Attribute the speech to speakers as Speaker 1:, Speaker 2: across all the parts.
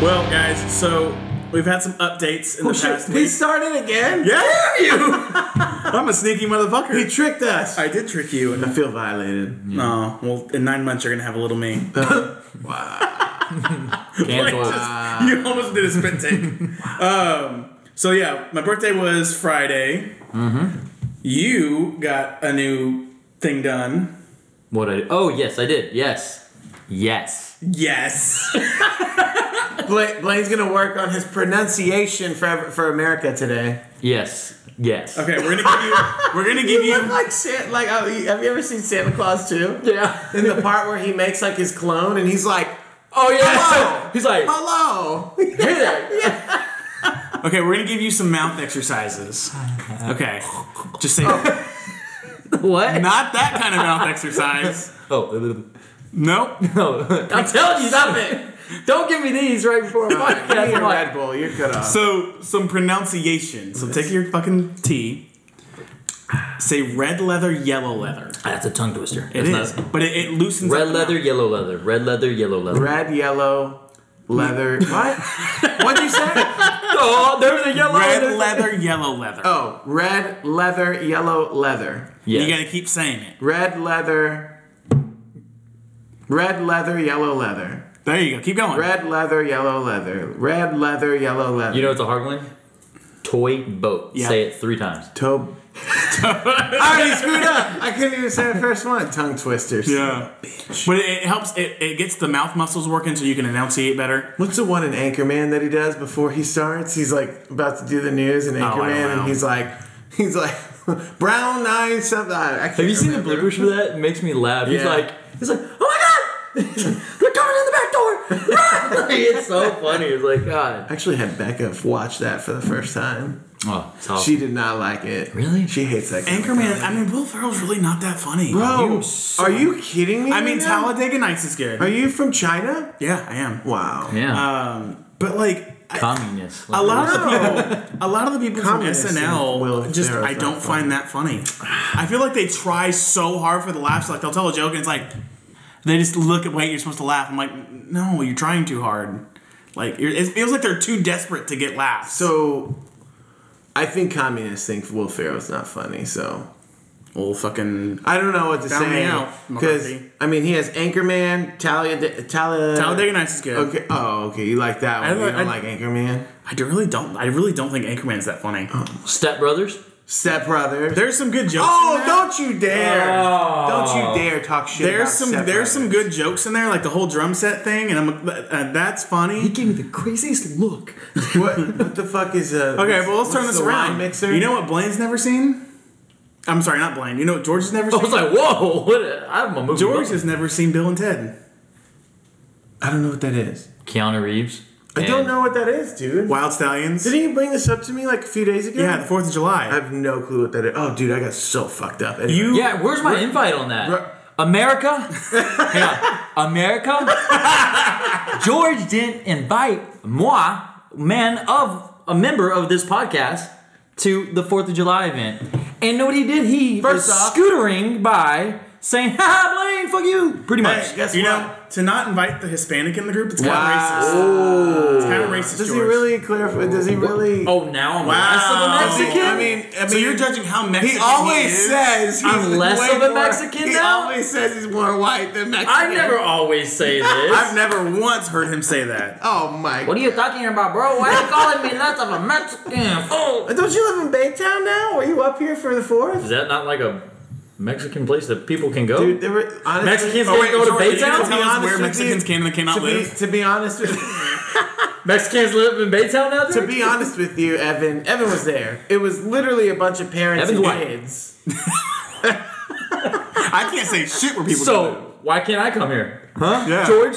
Speaker 1: Well, guys, so we've had some updates in the
Speaker 2: Shit,
Speaker 1: past
Speaker 2: we
Speaker 1: week.
Speaker 2: started again.
Speaker 1: Yeah, you! I'm a sneaky motherfucker.
Speaker 2: He tricked us.
Speaker 1: I did trick you.
Speaker 2: I feel violated.
Speaker 1: No, Oh, well, in nine months you're gonna have a little me.
Speaker 3: Cancel.
Speaker 1: Like, just- you almost did a spit take. um, so yeah, my birthday was Friday.
Speaker 2: Mm-hmm.
Speaker 1: You got a new thing done.
Speaker 3: What I oh yes I did yes yes
Speaker 1: Yes.
Speaker 2: Bla- Blaine's gonna work on his pronunciation for for America today.
Speaker 3: yes yes
Speaker 1: Okay, we're gonna give you. We're gonna give
Speaker 2: You look
Speaker 1: you.
Speaker 2: like Santa. Like, oh, you- have you ever seen Santa Claus too?
Speaker 3: yeah
Speaker 2: In the part where he makes like his clone, and he's like,
Speaker 3: oh
Speaker 2: Hello.
Speaker 3: yeah he's like
Speaker 2: "Hello."
Speaker 3: hey there.
Speaker 1: Okay, we're gonna give you some mouth exercises. Okay, just say
Speaker 3: what
Speaker 1: not that kind of mouth exercise.
Speaker 3: oh
Speaker 1: Nope.
Speaker 3: no I'm telling you stop it don't give me these right before a
Speaker 2: Give me
Speaker 3: podcast
Speaker 2: a
Speaker 3: I'm like,
Speaker 2: Red Bull. You're cut off.
Speaker 1: So some pronunciation. So take your fucking T. Say red leather, yellow leather.
Speaker 3: that's a tongue twister
Speaker 1: It
Speaker 3: That's
Speaker 1: is,
Speaker 3: not-
Speaker 1: but it, it loosens up
Speaker 3: red
Speaker 1: the
Speaker 3: leather
Speaker 1: mouth.
Speaker 3: yellow leather red leather yellow leather
Speaker 2: Red, yellow, leather. what? What'd you say?
Speaker 3: oh there's a yellow
Speaker 1: Red
Speaker 3: leather.
Speaker 1: leather, yellow leather.
Speaker 2: Oh, red, leather, yellow, leather.
Speaker 3: yes.
Speaker 1: You gotta keep saying it.
Speaker 2: Red leather. Red leather, yellow leather.
Speaker 1: There you go. Keep going.
Speaker 2: Red leather, yellow leather. Red leather, yellow leather.
Speaker 3: You know it's a hard one? Toy boat.
Speaker 1: Yeah.
Speaker 3: Say it three times.
Speaker 2: Toe. I already screwed up. I couldn't even say the first one. Tongue twisters.
Speaker 1: Yeah. But it, it helps. It, it gets the mouth muscles working, so you can enunciate better.
Speaker 2: What's the one in Anchorman that he does before he starts? He's like about to do the news
Speaker 3: Oh,
Speaker 1: I
Speaker 2: in
Speaker 1: don't
Speaker 2: Anchorman,
Speaker 1: know.
Speaker 2: and he's like, he's like, brown nine something. I I can't
Speaker 3: Have you seen the
Speaker 2: remember.
Speaker 3: bloopers for that? It makes me laugh. He's
Speaker 2: Yeah.
Speaker 3: like, he's like, oh my god, they're coming in the back door. it's so funny. It's like, God.
Speaker 2: I actually had Becca watch that for the first time.
Speaker 3: Oh, it's awful.
Speaker 2: She did not like it.
Speaker 3: Really?
Speaker 2: She hates that. kind of
Speaker 1: Anchorman. I mean, Will Ferrell's really not that funny.
Speaker 2: Bro,
Speaker 3: You suck.
Speaker 2: are you kidding me?
Speaker 1: I mean,
Speaker 2: right now?
Speaker 1: Talladega Nights is good.
Speaker 2: Are you from China?
Speaker 1: yeah, I am.
Speaker 2: Wow.
Speaker 3: yeah,
Speaker 1: Um, but like. I-
Speaker 3: communist.
Speaker 1: a lot of
Speaker 3: Like,
Speaker 1: the people, a lot of the people from
Speaker 2: Communists and Will
Speaker 1: SNL, just
Speaker 2: Ferrell's
Speaker 1: I
Speaker 2: not
Speaker 1: don't find that funny. I feel like they try so hard for the laughs. Like they'll tell a joke and it's like they just look at wait, you're supposed to laugh. I'm like, no, you're trying too hard. Like you're, it feels like they're too desperate to get laughs.
Speaker 2: So, I think communists think Will Ferrell's not funny. So
Speaker 1: well, fucking
Speaker 2: I don't know what to
Speaker 1: Found me
Speaker 2: say
Speaker 1: out,
Speaker 2: because
Speaker 1: McCarthy.
Speaker 2: I mean he has Anchorman, Talia, Talia.
Speaker 1: Talladega Nights is good.
Speaker 2: Okay. Oh, okay. You like that one?
Speaker 1: I
Speaker 2: you
Speaker 1: like-
Speaker 2: don't
Speaker 1: I-
Speaker 2: like Anchorman?
Speaker 1: I do- really don't. I really don't think Anchorman's that funny.
Speaker 2: Oh.
Speaker 3: Step Brothers.
Speaker 2: Step Brothers.
Speaker 1: There's some good jokes.
Speaker 2: oh,
Speaker 1: in there.
Speaker 2: don't you dare!
Speaker 3: Oh.
Speaker 2: Don't you dare talk shit.
Speaker 1: There's
Speaker 2: about
Speaker 1: some
Speaker 2: Step
Speaker 1: there's some
Speaker 2: Brothers.
Speaker 1: good jokes in there, like the whole drum set thing, and I'm uh, that's funny.
Speaker 3: gave me the craziest look.
Speaker 2: What, what the fuck is a?
Speaker 1: Okay, well let's turn this around.
Speaker 2: Mixer.
Speaker 1: You know what Blaine's never seen? I'm sorry, not Blaine. You know what George has never
Speaker 3: I
Speaker 1: seen?
Speaker 3: was like, whoa! What? A, I'm a movie.
Speaker 1: George
Speaker 3: buff.
Speaker 1: has never seen Bill and Ted.
Speaker 2: I don't know what that is.
Speaker 3: Keanu Reeves.
Speaker 2: I don't
Speaker 3: and
Speaker 2: know what that is, dude.
Speaker 1: Wild Stallions.
Speaker 2: Didn't you bring this up to me like a few days ago?
Speaker 1: Yeah, the Fourth of
Speaker 2: I
Speaker 1: July.
Speaker 2: have no clue what that is. Oh, dude, I got so fucked up. Anyway.
Speaker 1: You
Speaker 3: Yeah, where's my invite on that?
Speaker 2: Ru-
Speaker 3: America? Hang on. America? George didn't invite moi, man of a member of this podcast, to the 4th of July event. And know what he did? He
Speaker 2: First
Speaker 3: was
Speaker 2: off-
Speaker 3: scootering by saying, ha Blaine, fuck you. Pretty much.
Speaker 2: Hey, guess
Speaker 1: you
Speaker 2: what?
Speaker 1: know to not invite the Hispanic in the group. It's kind of racist. It's kind of racist.
Speaker 2: does he
Speaker 1: George.
Speaker 2: really clarify? Does he really?
Speaker 3: oh, now I'm
Speaker 1: Wow.
Speaker 3: less of a Mexican?
Speaker 2: I mean, I mean,
Speaker 1: So you're judging how Mexican
Speaker 2: He always
Speaker 1: is?
Speaker 2: says he's
Speaker 3: I'm less
Speaker 2: way
Speaker 3: of a
Speaker 2: more-
Speaker 3: Mexican
Speaker 2: He
Speaker 3: now?
Speaker 2: always says he's more white than Mexican.
Speaker 3: I never always say
Speaker 1: I've
Speaker 3: this.
Speaker 1: never once heard him say that.
Speaker 2: Oh my!
Speaker 3: what are you talking about, bro? Why are you calling me less of a Mexican? Oh.
Speaker 2: Don't you live in Baytown now? Were you up here for the fourth?
Speaker 3: Is that not like a Mexican place that people can go?
Speaker 2: Dude, there were honestly.
Speaker 3: Mexicans
Speaker 1: Oh,
Speaker 3: can't
Speaker 1: wait,
Speaker 3: go to
Speaker 1: George, you
Speaker 3: Baytown?
Speaker 1: didn't tell us
Speaker 2: honest
Speaker 1: where
Speaker 2: with
Speaker 1: Mexicans
Speaker 2: you,
Speaker 1: can and cannot
Speaker 2: To be,
Speaker 1: live.
Speaker 2: to be honest with
Speaker 3: Mexicans live in Baytown now,
Speaker 2: to
Speaker 3: dude?
Speaker 2: be honest with you, Evan, Evan was there. It was literally a bunch of parents
Speaker 3: Evan's
Speaker 2: and
Speaker 3: white.
Speaker 2: kids.
Speaker 1: I can't say shit where people. go.
Speaker 3: So, why can't I come here? Huh?
Speaker 1: Yeah.
Speaker 3: George?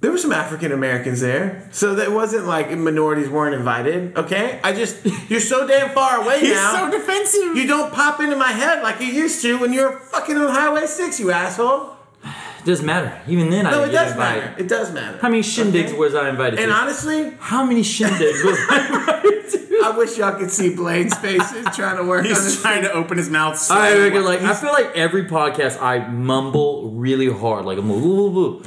Speaker 2: There were some African Americans there, so that wasn't like minorities weren't invited. Okay, I just you're so damn far away
Speaker 1: he's
Speaker 2: now.
Speaker 1: so defensive.
Speaker 2: you don't pop into my head like you used to when you were fucking on Highway Six, you asshole.
Speaker 3: It doesn't matter. Even then, I
Speaker 2: No,
Speaker 3: didn't
Speaker 2: it
Speaker 3: get
Speaker 2: does
Speaker 3: invited.
Speaker 2: matter. It does matter.
Speaker 3: How many shindigs
Speaker 2: Okay?
Speaker 3: was I invited
Speaker 2: And
Speaker 3: to?
Speaker 2: honestly,
Speaker 3: How many shindigs was I invited to?
Speaker 2: I wish y'all could see Blaine's face. He's trying to work on
Speaker 1: He's
Speaker 2: his.
Speaker 1: trying to open his mouth. So
Speaker 3: I,
Speaker 1: wide.
Speaker 3: reckon, like, I feel like every podcast I mumble really hard. Like, I'm like, "Ooh, ooh, ooh."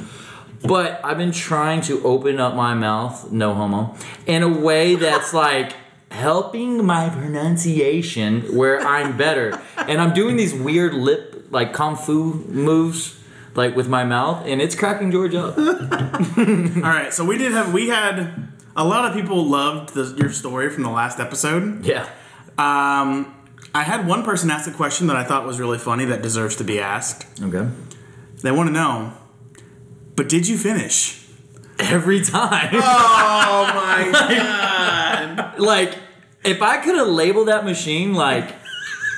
Speaker 3: But I've been trying to open up my mouth, no homo, in a way that's like helping my pronunciation where I'm better. And I'm doing these weird lip, like kung fu moves, like with my mouth, and it's cracking George up.
Speaker 1: All right, so we did have we had a lot of people loved the, your story from the last episode.
Speaker 3: Yeah.
Speaker 1: Um, I had one person ask a question that I thought was really funny that deserves to be asked.
Speaker 3: Okay.
Speaker 1: They want to know, but did you finish?
Speaker 3: Every time.
Speaker 2: Oh my god!
Speaker 3: like if I could have labeled that machine like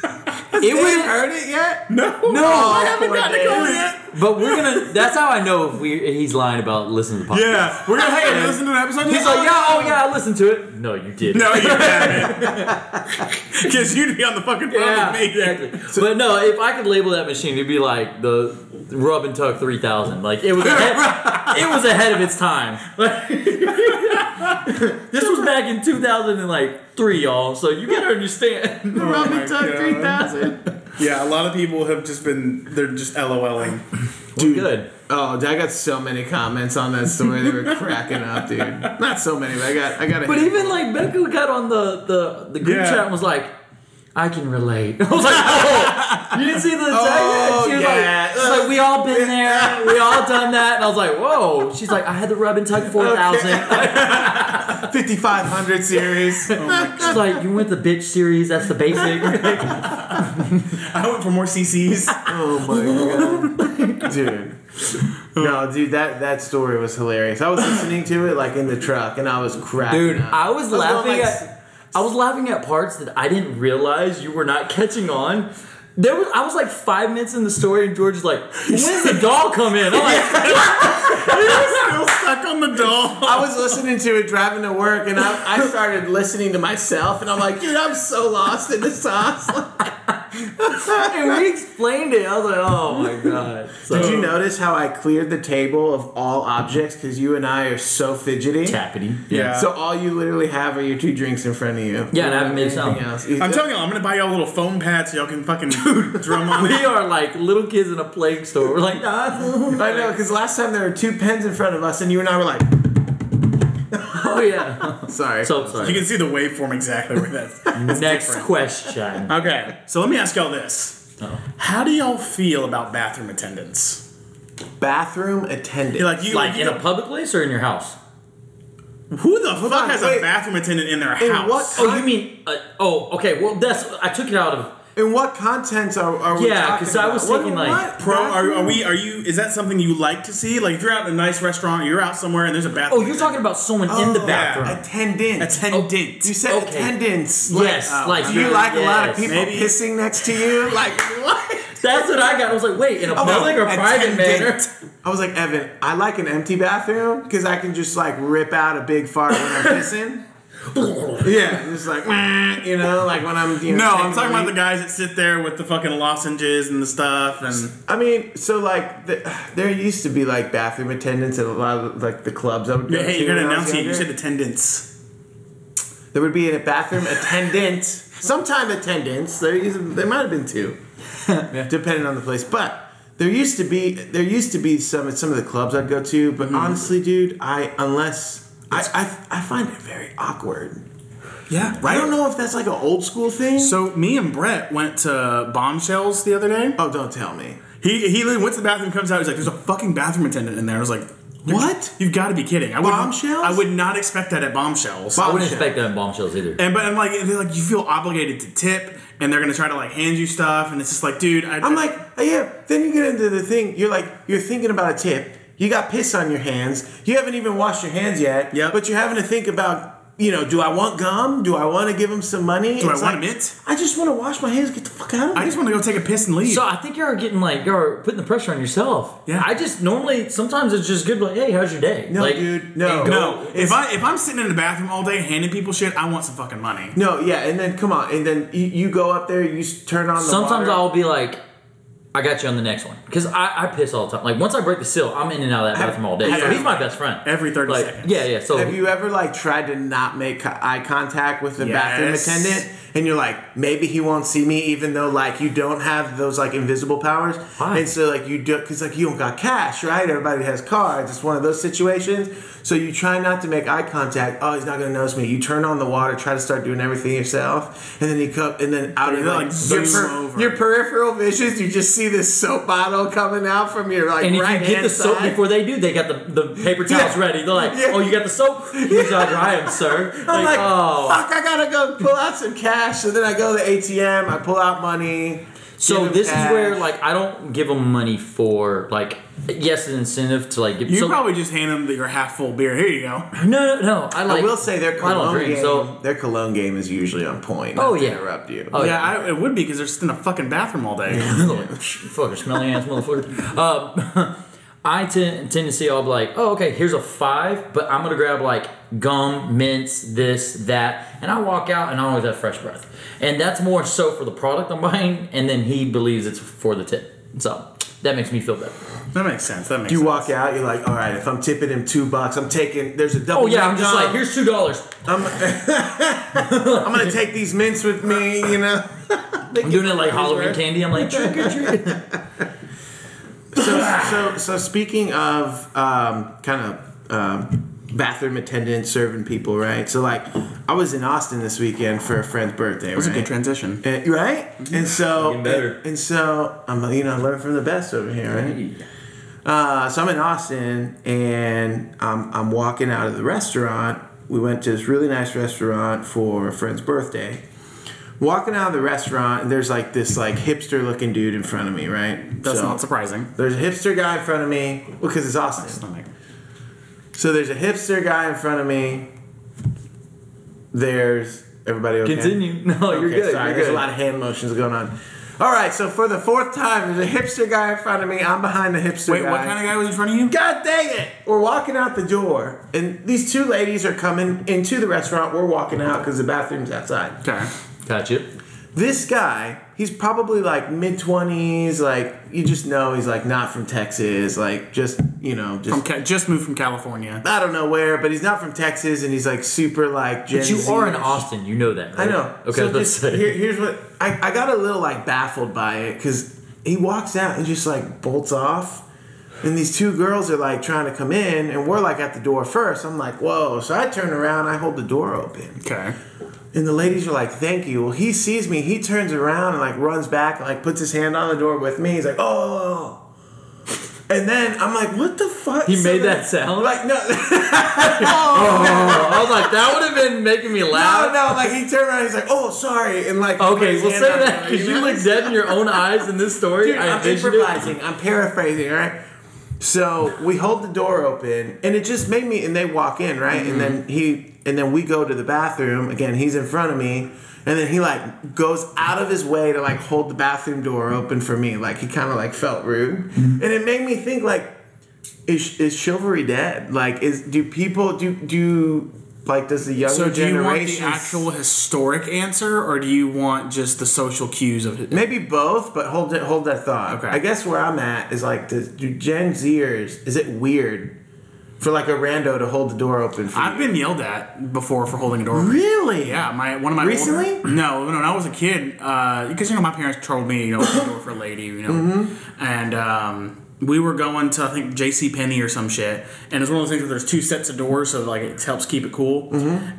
Speaker 3: it
Speaker 2: Have you
Speaker 3: would
Speaker 2: heard it yet?
Speaker 1: No,
Speaker 3: no.
Speaker 2: Oh, I haven't
Speaker 1: we
Speaker 2: gotten a call yet.
Speaker 3: But we're gonna. That's how I know if we he's lying about listening to the podcast.
Speaker 1: Yeah, we're gonna hey, listen to an episode.
Speaker 3: He's like, yeah, oh yeah, I listened to it. No, you didn't.
Speaker 1: No, you haven't. Because you'd be on the fucking phone
Speaker 3: Yeah,
Speaker 1: with me. Oh
Speaker 3: exactly. but no, if I could label that machine, it'd be like the Rub and Tuck 3000. Like it was, ahead, it was ahead of its time. this was back in 2003, y'all. So you gotta understand.
Speaker 2: Robin Tuck
Speaker 1: God.
Speaker 2: three thousand.
Speaker 1: Yeah, a lot of people have just been, they're just LOLing.
Speaker 3: Dude, good.
Speaker 2: Oh, dude, I got so many comments on that story. They were cracking up, dude. Not so many, but I got, I got. A
Speaker 3: But even like Becca got on the the, the group
Speaker 1: Yeah.
Speaker 3: chat and was like, I can relate. I was like, oh, you didn't see the text?
Speaker 2: Oh,
Speaker 3: she was
Speaker 2: yeah.
Speaker 3: like, she's like, we all been there, we all done that. And I was like, whoa. She's like, I had the rub and tug four thousand.
Speaker 2: fifty five hundred series.
Speaker 3: She's like, you went the bitch series. That's the basic.
Speaker 1: I went for more CCs.
Speaker 2: Oh my god, dude. No, dude, that that story was hilarious. I was listening to it like in the truck, and I was cracking
Speaker 3: Dude,
Speaker 2: up.
Speaker 3: I was
Speaker 2: going
Speaker 3: laughing
Speaker 2: like-
Speaker 3: at I was laughing at parts that I didn't realize you were not catching on. There was I was like five minutes in the story and George is like, when's the doll come in? I'm like,
Speaker 1: still stuck on the doll.
Speaker 2: I was listening to it driving to work, and I, I started listening to myself, and I'm like, dude, I'm so lost in the sauce.
Speaker 3: and we explained it. I was like, oh my god. So,
Speaker 2: Did you notice how I cleared the table of all objects because you and I are so fidgety?
Speaker 3: tappity?
Speaker 1: Yeah.
Speaker 2: So all you literally have are your two drinks in front of you.
Speaker 3: Yeah, and I
Speaker 2: You
Speaker 3: haven't
Speaker 2: don't
Speaker 3: made a
Speaker 2: have anything
Speaker 3: sound.
Speaker 2: else.
Speaker 1: I'm telling y'all, I'm gonna buy y'all little foam pads so y'all can fucking drum on
Speaker 3: We
Speaker 1: it.
Speaker 3: are like little kids in a plague store. We're like, nah.
Speaker 2: I know, because last time there were two pens in front of us, and you and I were like,
Speaker 3: oh yeah.
Speaker 2: sorry.
Speaker 3: So
Speaker 1: You
Speaker 3: sorry.
Speaker 1: can see the waveform exactly where that's. that's
Speaker 3: Next
Speaker 1: different.
Speaker 3: question.
Speaker 1: Okay, so let me ask y'all this: How do y'all feel about bathroom attendants?
Speaker 2: bathroom attendant.
Speaker 1: You're like you,
Speaker 3: Like
Speaker 1: you
Speaker 3: in a public place or in your house?
Speaker 1: who the fuck
Speaker 2: on,
Speaker 1: has a
Speaker 2: wait.
Speaker 1: bathroom attendant in their
Speaker 2: In
Speaker 1: house?
Speaker 2: what-
Speaker 3: Oh, you mean? Uh, oh, okay. Well, that's I took it out of
Speaker 2: and what contents are, are we
Speaker 3: Yeah,
Speaker 2: talking
Speaker 3: 'cause I
Speaker 2: about?
Speaker 3: was
Speaker 2: What-
Speaker 3: thinking, like,
Speaker 2: what
Speaker 1: Pro, are, are
Speaker 2: bathroom?
Speaker 1: we? Are you? Is that something you like to see? Like, if you're out at a nice restaurant, you're out somewhere, and there's a
Speaker 3: Oh,
Speaker 1: bathroom.
Speaker 3: you're talking about someone in the
Speaker 2: Oh,
Speaker 3: bathroom.
Speaker 2: Attendant.
Speaker 1: attendant.
Speaker 2: You said
Speaker 3: Okay.
Speaker 2: attendance.
Speaker 3: Yes, like
Speaker 2: do you
Speaker 3: that,
Speaker 2: like a lot of
Speaker 3: yes.
Speaker 2: people
Speaker 1: Maybe-
Speaker 2: pissing next to you? Like what?
Speaker 3: That's what I got. I was like, wait, in a
Speaker 2: I was
Speaker 3: public or
Speaker 2: like,
Speaker 3: private manner?
Speaker 2: attendant. I was like, Evan, I like an empty bathroom because I can just like rip out a big fart when I'm pissing. yeah, just like "Meh," you know, like when I'm. You know,
Speaker 1: no, I'm
Speaker 2: taking
Speaker 1: talking
Speaker 2: a
Speaker 1: about the
Speaker 2: leak.
Speaker 1: guys that sit there with the fucking lozenges and the stuff, and
Speaker 2: I mean, so like the, there used to be like bathroom attendants at a lot of like the clubs. I would go
Speaker 1: hey,
Speaker 2: to
Speaker 1: you're gonna
Speaker 2: when I
Speaker 1: announce
Speaker 2: was
Speaker 1: it. You
Speaker 2: younger.
Speaker 1: said attendants.
Speaker 2: There would be a bathroom attendant, sometime attendants. There, used, there might have been two, depending on the place. But there used to be there used to be some at some of the clubs I'd go to.
Speaker 1: Mm-hmm.
Speaker 2: But honestly, dude, I unless I, I I find it very awkward.
Speaker 1: Yeah,
Speaker 2: I don't know if that's like an old school thing.
Speaker 1: So me and Brett went to Bombshells the other day.
Speaker 2: oh, don't tell me.
Speaker 1: He he literally went to the bathroom, comes out, he's like, "There's a fucking bathroom attendant in there." I was like,
Speaker 2: What?
Speaker 1: "You've got to be kidding!" I would,
Speaker 2: Bombshells?
Speaker 1: I would not expect that at Bombshells.
Speaker 3: I wouldn't
Speaker 2: Bombshell.
Speaker 3: expect that in bombshells either.
Speaker 1: and but I'm like, they're like, you feel obligated to tip, and they're gonna try to like hand you stuff, and it's just like, dude, I,
Speaker 2: I'm like, oh, yeah. Then you get into the thing. You're like, you're thinking about a tip. You got piss on your hands. You haven't even washed your hands yet.
Speaker 1: Yep.
Speaker 2: But you're having to think about, you know, do I want gum? Do I want to give him some money?
Speaker 1: do I
Speaker 2: It's
Speaker 1: want a
Speaker 2: like,
Speaker 1: mint?
Speaker 2: I just want to wash my hands. Get the fuck out of
Speaker 1: I
Speaker 2: here.
Speaker 1: just want to go take a piss and leave.
Speaker 3: So I think you're getting like you're putting the pressure on yourself.
Speaker 1: Yeah.
Speaker 3: I just normally sometimes it's just good like, hey, how's your day?
Speaker 2: No,
Speaker 3: like,
Speaker 2: dude, no.
Speaker 3: and
Speaker 1: no, if I if I'm sitting in the bathroom all day handing people shit, I want some fucking money.
Speaker 2: no, yeah. And then come on. And then you, you go up there. You s- turn on the
Speaker 3: Sometimes
Speaker 2: water.
Speaker 3: I'll be like, I got you on the next one because I, I piss all the time. Like once I break the seal, I'm in and out of that bathroom all day. So
Speaker 2: have-
Speaker 3: he's my best friend.
Speaker 1: Every 30
Speaker 3: like,
Speaker 1: seconds.
Speaker 3: Yeah, yeah. So
Speaker 2: Have you ever like tried to not make co- eye contact with the bathroom
Speaker 1: Yes.
Speaker 2: attendant, and you're like, maybe he won't see me, even though like you don't have those like invisible powers,
Speaker 3: Why?
Speaker 2: and so like you do because like you don't got cash, right? Everybody has cards. It's one of those situations. So you try not to make eye contact. Oh, he's not gonna notice me. You turn on the water, try to start doing everything yourself, and then you come, and then out of
Speaker 1: Dude, that,
Speaker 2: like,
Speaker 1: like,
Speaker 2: your,
Speaker 1: zooms
Speaker 2: per-
Speaker 1: over.
Speaker 2: your peripheral visions, you just see this soap bottle coming out from your like
Speaker 3: and if
Speaker 2: right
Speaker 3: you get the soap
Speaker 2: side.
Speaker 3: before they do, they got the, the paper towels
Speaker 2: Yeah.
Speaker 3: ready. They're like,
Speaker 2: Yeah.
Speaker 3: "Oh, you got the soap? Here's how dry them, sir."
Speaker 2: I'm like,
Speaker 3: oh.
Speaker 2: fuck, I gotta go pull out some cash. So then I go to the ATM, I pull out money.
Speaker 3: So
Speaker 2: give him
Speaker 3: this
Speaker 2: cash.
Speaker 3: is where like I don't give them money for like yes, an incentive to like give.
Speaker 1: You
Speaker 3: so,
Speaker 1: probably just hand them your half full beer. Here you go.
Speaker 3: no, no, no. I like.
Speaker 2: I will say their
Speaker 3: I don't
Speaker 2: cologne
Speaker 3: drink,
Speaker 2: game,
Speaker 3: so-
Speaker 2: their cologne game is usually on point.
Speaker 3: Oh,
Speaker 2: not to
Speaker 3: yeah.
Speaker 2: interrupt you.
Speaker 3: Oh,
Speaker 1: yeah, I, it would be because they're just in a fucking bathroom all day.
Speaker 3: fucker, smelly ass motherfucker. Uh, I ten- tend to see all like, oh, okay, here's a five, but I'm gonna grab like gum, mints, this, that, and I walk out and I always have fresh breath, and that's more so for the product I'm buying, and then he believes it's for the tip, so that makes me feel better.
Speaker 1: That makes sense. That makes
Speaker 2: You
Speaker 1: sense.
Speaker 2: walk out, you're like, all right, if I'm tipping him two bucks, I'm taking. There's a double.
Speaker 3: Oh yeah, I'm
Speaker 2: mint
Speaker 3: just
Speaker 2: gum.
Speaker 3: like, here's two dollars.
Speaker 2: I'm gonna take these mints with me. You know.
Speaker 3: I'm doing it like Halloween candy. I'm like, trick or treat.
Speaker 2: so, so, so speaking of um, kind of um, bathroom attendants serving people, right? So, like, I was in Austin this weekend for a friend's birthday.
Speaker 1: That was a
Speaker 2: right?
Speaker 1: good transition.
Speaker 2: Uh, right? And so, eh,
Speaker 3: Getting better.
Speaker 2: and so, I'm you know learning from the best over here, right? Uh, so I'm in Austin, and I'm I'm walking out of the restaurant. We went to this really nice restaurant for a friend's birthday. Walking out of the restaurant, and there's like this like hipster looking dude in front of me, right?
Speaker 1: That's
Speaker 2: So-
Speaker 1: not surprising.
Speaker 2: There's a hipster guy in front of me because it's Austin. So there's a hipster guy in front of me. There's everybody okay?
Speaker 3: Continue. No, you're
Speaker 2: Okay,
Speaker 3: good.
Speaker 2: Sorry,
Speaker 3: you're
Speaker 2: there's
Speaker 3: good.
Speaker 2: a lot of hand motions going on. All right, so for the fourth time, there's a hipster guy in front of me. I'm behind the hipster
Speaker 1: Wait,
Speaker 2: guy.
Speaker 1: what kind of guy was in front of you?
Speaker 2: God dang it! We're walking out the door, and these two ladies are coming into the restaurant. We're walking out because the bathroom's outside
Speaker 1: Okay.
Speaker 3: Got you.
Speaker 2: this guy he's probably like mid-20s like you just know he's like not from texas like just you know just
Speaker 1: From Ca- just moved from California.
Speaker 2: i don't know where but he's not from texas and he's like super like Gen
Speaker 3: But you
Speaker 2: Z.
Speaker 3: are in Austin. You know that.
Speaker 2: i
Speaker 3: Right?
Speaker 2: know
Speaker 3: Okay.
Speaker 2: so
Speaker 3: let's
Speaker 2: just
Speaker 3: say.
Speaker 2: here, here's what I, I got a little like baffled by it because he walks out and just like bolts off and these two girls are like trying to come in and we're like at the door first i'm like whoa so i turn around i hold the door open
Speaker 1: Okay.
Speaker 2: and the ladies are like, "Thank you." Well, he sees me. He turns around and like runs back and like puts his hand on the door with me. He's like, "Oh." And then I'm like, "What the fuck?"
Speaker 3: He made
Speaker 2: then-
Speaker 3: that sound?
Speaker 2: Like no,
Speaker 3: Oh, I was like, that would have been making me
Speaker 2: no,
Speaker 3: laugh.
Speaker 2: no. Like he turned around. He's like, "Oh, sorry," and like put
Speaker 3: Okay,
Speaker 2: his
Speaker 3: well, say
Speaker 2: hand on
Speaker 3: that
Speaker 2: the door,
Speaker 3: because you
Speaker 2: know?
Speaker 3: look dead in your own eyes in this story.
Speaker 2: Dude,
Speaker 3: I
Speaker 2: I'm
Speaker 3: envisioned it.
Speaker 2: improvising. I'm paraphrasing. All right. So we hold the door open, and it just made me. And they walk in, right? And
Speaker 1: Mm-hmm.
Speaker 2: then he, and then we go to the bathroom. Again, he's in front of me, and then he like goes out of his way to like hold the bathroom door open for me. Like he kind of like felt rude,
Speaker 1: Mm-hmm.
Speaker 2: and it made me think like, is is chivalry dead? Like, is do people do do like does the younger
Speaker 1: So do you want the
Speaker 2: generation
Speaker 1: actual historic answer, or do you want just the social cues of it?
Speaker 2: Maybe both, but hold it, hold that thought.
Speaker 1: Okay.
Speaker 2: I guess where I'm at is like, does, do Gen Zers? Is it weird for like a rando to hold the door open for
Speaker 1: I've
Speaker 2: you?
Speaker 1: been yelled at before for holding a door. open.
Speaker 2: really?
Speaker 1: Yeah, my one of my
Speaker 2: Recently?
Speaker 1: older- no, no, when I was a kid, because you know my parents told me you know open the door for a lady, you know, and um, we were going to I think J.C. Penney or some shit, and it's one of those things where there's two sets of doors, so like it helps keep it cool.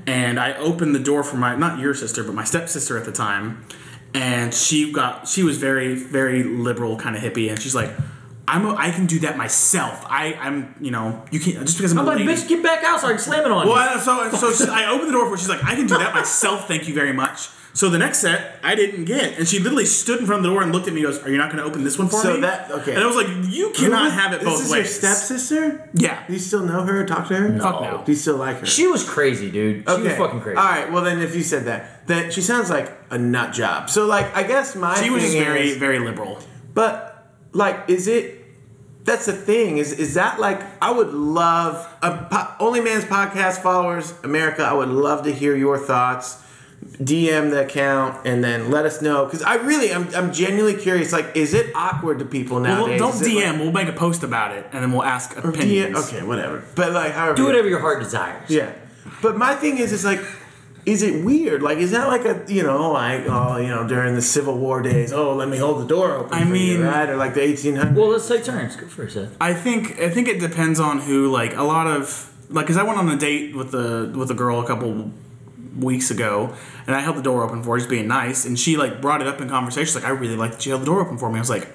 Speaker 1: And I opened the door for my not your sister, but my stepsister at the time, and she got she was very very liberal kind of hippie, and she's like. I'm a, I can do that myself. I, I'm, you know, you can't, just because I'm,
Speaker 3: I'm
Speaker 1: a
Speaker 3: like,
Speaker 1: lady-
Speaker 3: bitch, get back out so I can slam it on you.
Speaker 1: well, I- uh, so so she, I opened the door for her. She's like, I can do that myself. Thank you very much. So the next set, I didn't get, and she literally stood in front of the door and looked at me. and Goes, "Are you not going to open this one for
Speaker 2: So
Speaker 1: me?"
Speaker 2: that- okay.
Speaker 1: And I was like, "You
Speaker 2: Who
Speaker 1: cannot
Speaker 2: was-
Speaker 1: have it both
Speaker 2: this
Speaker 1: ways."
Speaker 2: is your stepsister.
Speaker 1: Yeah.
Speaker 2: Do you still know her? or Talk to her?
Speaker 1: Fuck no.
Speaker 2: Do you still like her?
Speaker 3: She was crazy, dude. She was fucking crazy.
Speaker 2: All right. Well, then if you said that, then she sounds like a nut job. So like, I guess my
Speaker 1: She was
Speaker 2: thing
Speaker 1: just very
Speaker 2: is-
Speaker 1: very liberal.
Speaker 2: But like, is it? That's the thing. Is is that like? I would love a po- Only Man's podcast followers, America. I would love to hear your thoughts. DM the account and then let us know because I really I'm, I'm genuinely curious. Like, is it awkward to people
Speaker 1: Well,
Speaker 2: nowadays?
Speaker 1: don't
Speaker 2: Is it, like-
Speaker 1: DM. we'll make a post about it, and then we'll ask
Speaker 2: DM
Speaker 1: opinions.
Speaker 2: okay, whatever. But like, however,
Speaker 3: Do
Speaker 2: you-
Speaker 3: whatever your heart desires.
Speaker 2: Yeah, but my thing is, is like, is it weird? Like, is that like a you know, like oh, you know, during the Civil War days, oh, let me hold the door open.
Speaker 1: I
Speaker 2: for you,
Speaker 1: mean-
Speaker 2: right? Or like the eighteen hundred.
Speaker 3: Well, let's take turns. Go first, Seth.
Speaker 1: I think I think it depends on who. Like a lot of like, cause I went on a date with the with a girl a couple weeks ago, and I held the door open for her, just being nice, and she like brought it up in conversation. Like I really like that you held the door open for me. I was like,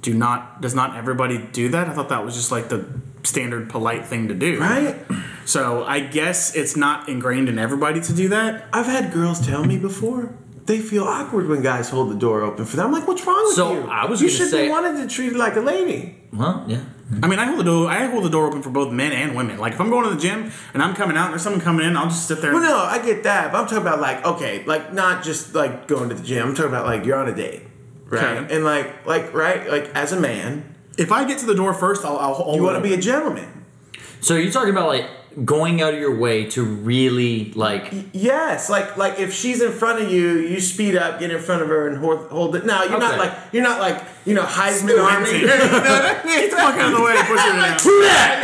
Speaker 1: do not does not everybody do that? I thought that was just like the standard polite thing to do.
Speaker 2: right?
Speaker 1: So I guess it's not ingrained in everybody to do that.
Speaker 2: I've had girls tell me before. They feel awkward when guys hold the door open for them. I'm like, what's wrong with
Speaker 3: So,
Speaker 2: you?
Speaker 3: I was
Speaker 2: you
Speaker 3: gonna
Speaker 2: should
Speaker 3: say-
Speaker 2: be wanted to treat like a lady.
Speaker 3: Well, yeah.
Speaker 1: I mean, I hold the door. I hold the door open for both men and women. Like if I'm going to the gym and I'm coming out and there's someone coming in, I'll just sit there.
Speaker 2: Well, no, I get that, but I'm talking about like okay, like not just like going to the gym. I'm talking about like you're on a date, right?
Speaker 1: Okay.
Speaker 2: And like, like right, like as a man,
Speaker 1: If I get to the door first, I'll. I'll hold
Speaker 2: you want to
Speaker 1: it
Speaker 2: be a
Speaker 1: open.
Speaker 2: gentleman.
Speaker 3: So you're talking about like going out of your way to really like.
Speaker 2: Yes, like like if she's in front of you, you speed up, get in front of her, and hold, hold it. No, you're not
Speaker 3: Okay.
Speaker 2: like you're not like you know Heisman
Speaker 1: empty.
Speaker 2: Army. You know what I mean?
Speaker 1: Fuck out of the way. Push it down.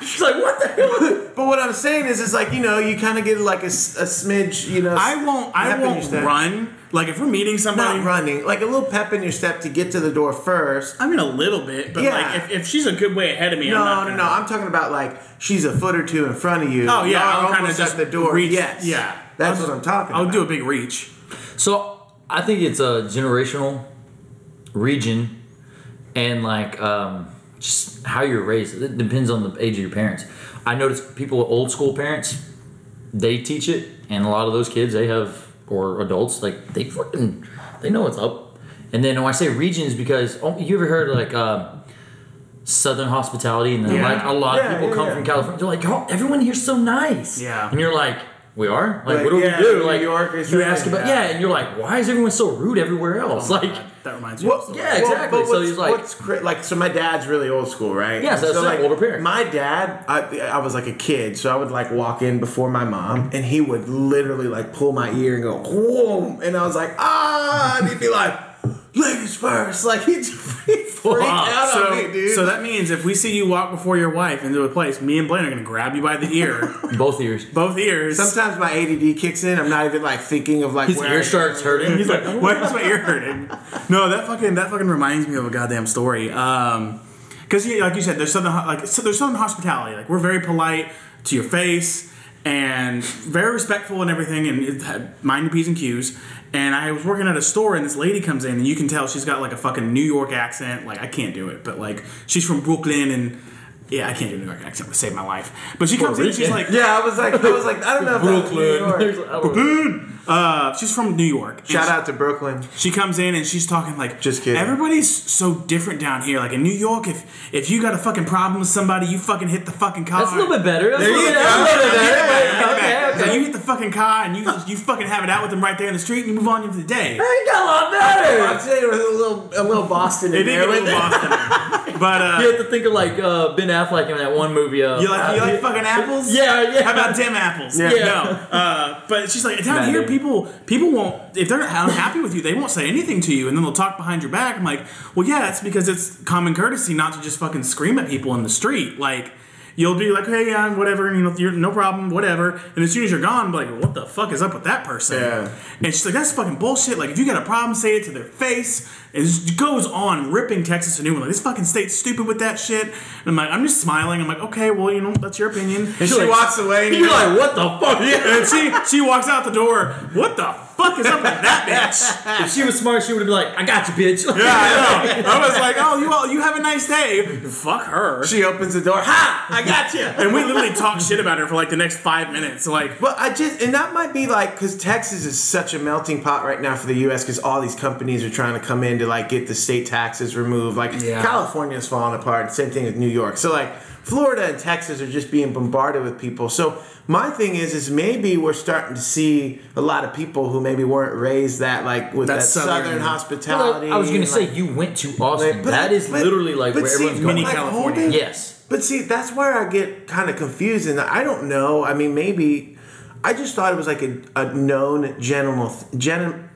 Speaker 2: She's like, what the hell? But what I'm saying is, is like you know, you kind of get like a, s- a smidge, you know.
Speaker 1: I won't. I
Speaker 2: pep in your
Speaker 1: won't
Speaker 2: step.
Speaker 1: run. Like if we're meeting somebody,
Speaker 2: Not running, like a little pep in your step to get to the door first.
Speaker 1: I mean a little bit, but
Speaker 2: Yeah.
Speaker 1: like if, if she's a good way ahead of me, I'm
Speaker 2: No,
Speaker 1: not
Speaker 2: no,
Speaker 1: gonna-
Speaker 2: no. I'm talking about like she's a foot or two in front of you.
Speaker 1: Oh yeah,
Speaker 2: Y'all are
Speaker 1: I'll kind of
Speaker 2: almost
Speaker 1: just
Speaker 2: at the door.
Speaker 1: Reach.
Speaker 2: Yes,
Speaker 1: yeah,
Speaker 2: that's
Speaker 1: I'll
Speaker 2: what I'm
Speaker 1: just-
Speaker 2: talking.
Speaker 1: I'll
Speaker 2: about.
Speaker 1: do a big reach.
Speaker 3: So I think it's a generational region and like um, just how you're raised. It depends on the age of your parents. I notice people with old school parents, they teach it, and a lot of those kids they have or adults like they fucking they know what's up. And then when I say regions, because oh, you ever heard like. Um, Southern hospitality, and then
Speaker 1: Yeah.
Speaker 3: like a lot
Speaker 2: Yeah,
Speaker 3: of people
Speaker 2: yeah,
Speaker 3: come
Speaker 2: yeah.
Speaker 3: from California. They're like, "Oh, everyone here's so nice."
Speaker 1: Yeah.
Speaker 3: and you're like, "We are." Like,
Speaker 2: Like,
Speaker 3: what do
Speaker 2: yeah,
Speaker 3: we do?
Speaker 2: New
Speaker 3: Like,
Speaker 2: York is
Speaker 3: you
Speaker 2: that,
Speaker 3: ask about
Speaker 2: yeah.
Speaker 3: yeah. and you're like, why is everyone so rude everywhere else? like,
Speaker 1: God, that reminds me.
Speaker 2: Well,
Speaker 1: of
Speaker 3: Yeah, exactly.
Speaker 2: Well, but
Speaker 3: So
Speaker 2: what's,
Speaker 3: he's like-
Speaker 2: what's cra- like, so my dad's really old school, right?
Speaker 3: Yeah, so
Speaker 2: so
Speaker 3: that's it, older parent.
Speaker 2: My dad, I, I was like a kid, so I would like walk in before my mom, and he would literally like pull my ear and go, whoom, and I was like, ah, and he'd be like, ladies first, like he'd he'd freak out
Speaker 1: so,
Speaker 2: on me, dude.
Speaker 1: so that means if we see you walk before your wife into a place, me and Blaine are gonna grab you by the ear,
Speaker 3: both ears.
Speaker 1: both ears.
Speaker 2: Sometimes my ADD kicks in. I'm not even like thinking of like
Speaker 3: His
Speaker 2: where I-
Speaker 3: ear starts hurting.
Speaker 1: He's like, where's my ear hurting? No, that fucking that fucking reminds me of a goddamn story. Um, because like you said, there's southern ho- like so there's southern hospitality. Like we're very polite to your face and very respectful and everything, and it had- mind your p's and q's. And I was working at a store, and this lady comes in, and you can tell she's got like a fucking New York accent. Like I can't do it, but like she's from Brooklyn, and yeah, I can't do a New York accent to save my life. But she comes in, and she's
Speaker 3: Rican.
Speaker 1: like,
Speaker 2: Yeah, I was like, I was like, I don't know. If that was New York.
Speaker 3: There's- I don't know.
Speaker 1: uh, she's from New York. And
Speaker 2: Shout out to Brooklyn.
Speaker 1: She comes in and she's talking like,
Speaker 2: Just kidding.
Speaker 1: Everybody's so different down here. Like in New York, if if you got a fucking problem with somebody, you fucking hit the fucking car.
Speaker 3: That's a little bit better. That's a
Speaker 2: There
Speaker 3: little
Speaker 2: you go.
Speaker 3: bit- that's a little bit
Speaker 2: Yeah,
Speaker 3: better. Okay,
Speaker 1: Like,
Speaker 3: okay.
Speaker 1: you hit the fucking car and you you fucking have it out with them right there in the street and you move on with the day.
Speaker 3: You got a lot
Speaker 2: I'd
Speaker 3: better.
Speaker 2: say there was a little, a little Boston in
Speaker 1: It did
Speaker 2: there.
Speaker 1: get a little
Speaker 2: with it.
Speaker 1: Boston, but uh,
Speaker 3: You have to think of like uh, Ben Affleck in that one movie. Uh,
Speaker 1: you like you like fucking apples?
Speaker 3: yeah, yeah.
Speaker 1: How about dim apples?
Speaker 2: Yeah.
Speaker 1: No. Uh, but she's like, down
Speaker 3: Bad
Speaker 1: here,
Speaker 3: day.
Speaker 1: people people won't if they're unhappy with you, they won't say anything to you, and then they'll talk behind your back. I'm like, well, yeah, that's because it's common courtesy not to just fucking scream at people in the street. Like, you'll be like, hey, yeah, whatever, and you know, you're no problem, whatever. And as soon as you're gone, I'm like, what the fuck is up with that person?
Speaker 2: Yeah.
Speaker 1: And she's like, that's fucking bullshit. Like, if you got a problem, say it to their face. And it just goes on ripping Texas a new one. Like, this fucking state's stupid with that shit. And I'm like, I'm just smiling. I'm like, okay, well, you know, that's your opinion.
Speaker 2: And she
Speaker 3: You're like-
Speaker 2: walks away. And
Speaker 3: You're like, what the fuck?
Speaker 1: And she she walks out the door. What the fuck is up with that bitch?
Speaker 3: If she was smart, she would have been like, I got you, bitch.
Speaker 1: Yeah, I know. I was like, oh, you all, you have a nice day. Fuck her.
Speaker 2: She opens the door. Ha! I got you.
Speaker 1: And we literally talk shit about her for like the next five minutes. Like,
Speaker 2: Well, I just and that might be like because Texas is such a melting pot right now for the U.S. because all these companies are trying to come in to like get the state taxes removed. Like
Speaker 3: Yeah.
Speaker 2: California's falling apart. Same thing with New York. So like Florida and Texas are just being bombarded with people. So my thing is, is maybe we're starting to see a lot of people who maybe weren't raised that like with that,
Speaker 1: That
Speaker 2: southern,
Speaker 1: southern-
Speaker 2: hospitality.
Speaker 3: I was gonna
Speaker 2: and,
Speaker 3: say
Speaker 2: like-
Speaker 3: you went to Austin.
Speaker 2: But-
Speaker 3: that is
Speaker 2: but-
Speaker 3: literally like
Speaker 2: but
Speaker 3: where
Speaker 2: see,
Speaker 3: everyone's going.
Speaker 1: Mini
Speaker 2: like,
Speaker 1: California.
Speaker 2: holding-
Speaker 3: yes.
Speaker 2: But see, that's where I get kind of confused, and I don't know. I mean, maybe I just thought it was like a, a known general th- gen,